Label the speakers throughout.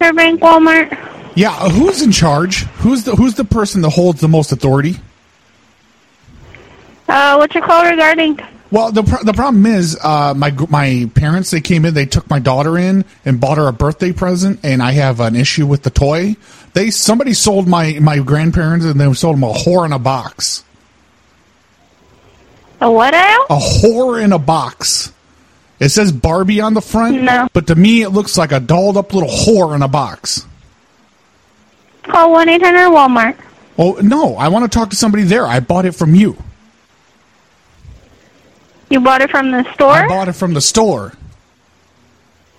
Speaker 1: Fairbank Walmart.
Speaker 2: Yeah, who's in charge? Who's the who's the person that holds the most authority?
Speaker 1: Uh, what's your call regarding?
Speaker 2: Well, the pro- the problem is, uh, my gr- my parents they came in, they took my daughter in and bought her a birthday present, and I have an issue with the toy. They somebody sold my my grandparents, and they sold them a whore in a box.
Speaker 1: A what now?
Speaker 2: A whore in a box. It says Barbie on the front,
Speaker 1: No.
Speaker 2: but to me it looks like a dolled up little whore in a box.
Speaker 1: Call one eight hundred Walmart.
Speaker 2: Oh no, I want to talk to somebody there. I bought it from you.
Speaker 1: You bought it from the store.
Speaker 2: I bought it from the store.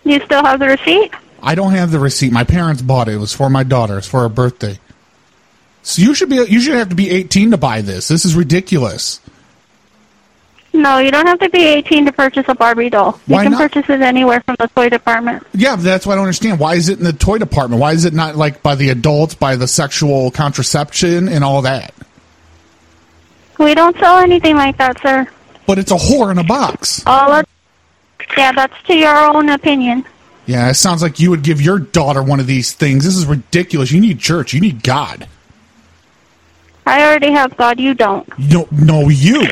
Speaker 1: you still have the receipt?
Speaker 2: I don't have the receipt. My parents bought it. It was for my daughter. It's for her birthday. So you should be you should have to be 18 to buy this. This is ridiculous.
Speaker 1: No, you don't have to be eighteen to purchase a Barbie doll. You
Speaker 2: Why
Speaker 1: can
Speaker 2: not?
Speaker 1: purchase it anywhere from the toy department.
Speaker 2: Yeah, that's what I don't understand. Why is it in the toy department? Why is it not like by the adults, by the sexual contraception and all that?
Speaker 1: We don't sell anything like that, sir.
Speaker 2: But it's a whore in a box.
Speaker 1: All of, yeah, that's to your own opinion.
Speaker 2: Yeah, it sounds like you would give your daughter one of these things. This is ridiculous. You need church. You need God.
Speaker 1: I already have God. You don't.
Speaker 2: No, no, you.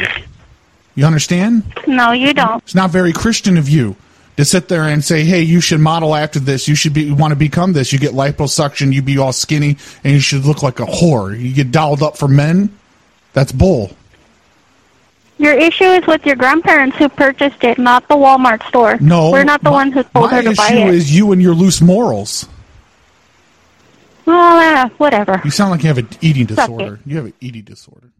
Speaker 2: You understand?
Speaker 1: No, you don't.
Speaker 2: It's not very Christian of you to sit there and say, "Hey, you should model after this. You should be want to become this. You get liposuction. You be all skinny, and you should look like a whore. You get dolled up for men. That's bull."
Speaker 1: Your issue is with your grandparents who purchased it, not the Walmart store.
Speaker 2: No,
Speaker 1: we're not the
Speaker 2: my-
Speaker 1: ones who told her
Speaker 2: my
Speaker 1: to buy
Speaker 2: issue
Speaker 1: it.
Speaker 2: is you and your loose morals.
Speaker 1: Well, uh, whatever.
Speaker 2: You sound like you have an eating
Speaker 1: Suck it.
Speaker 2: disorder. You have an eating disorder.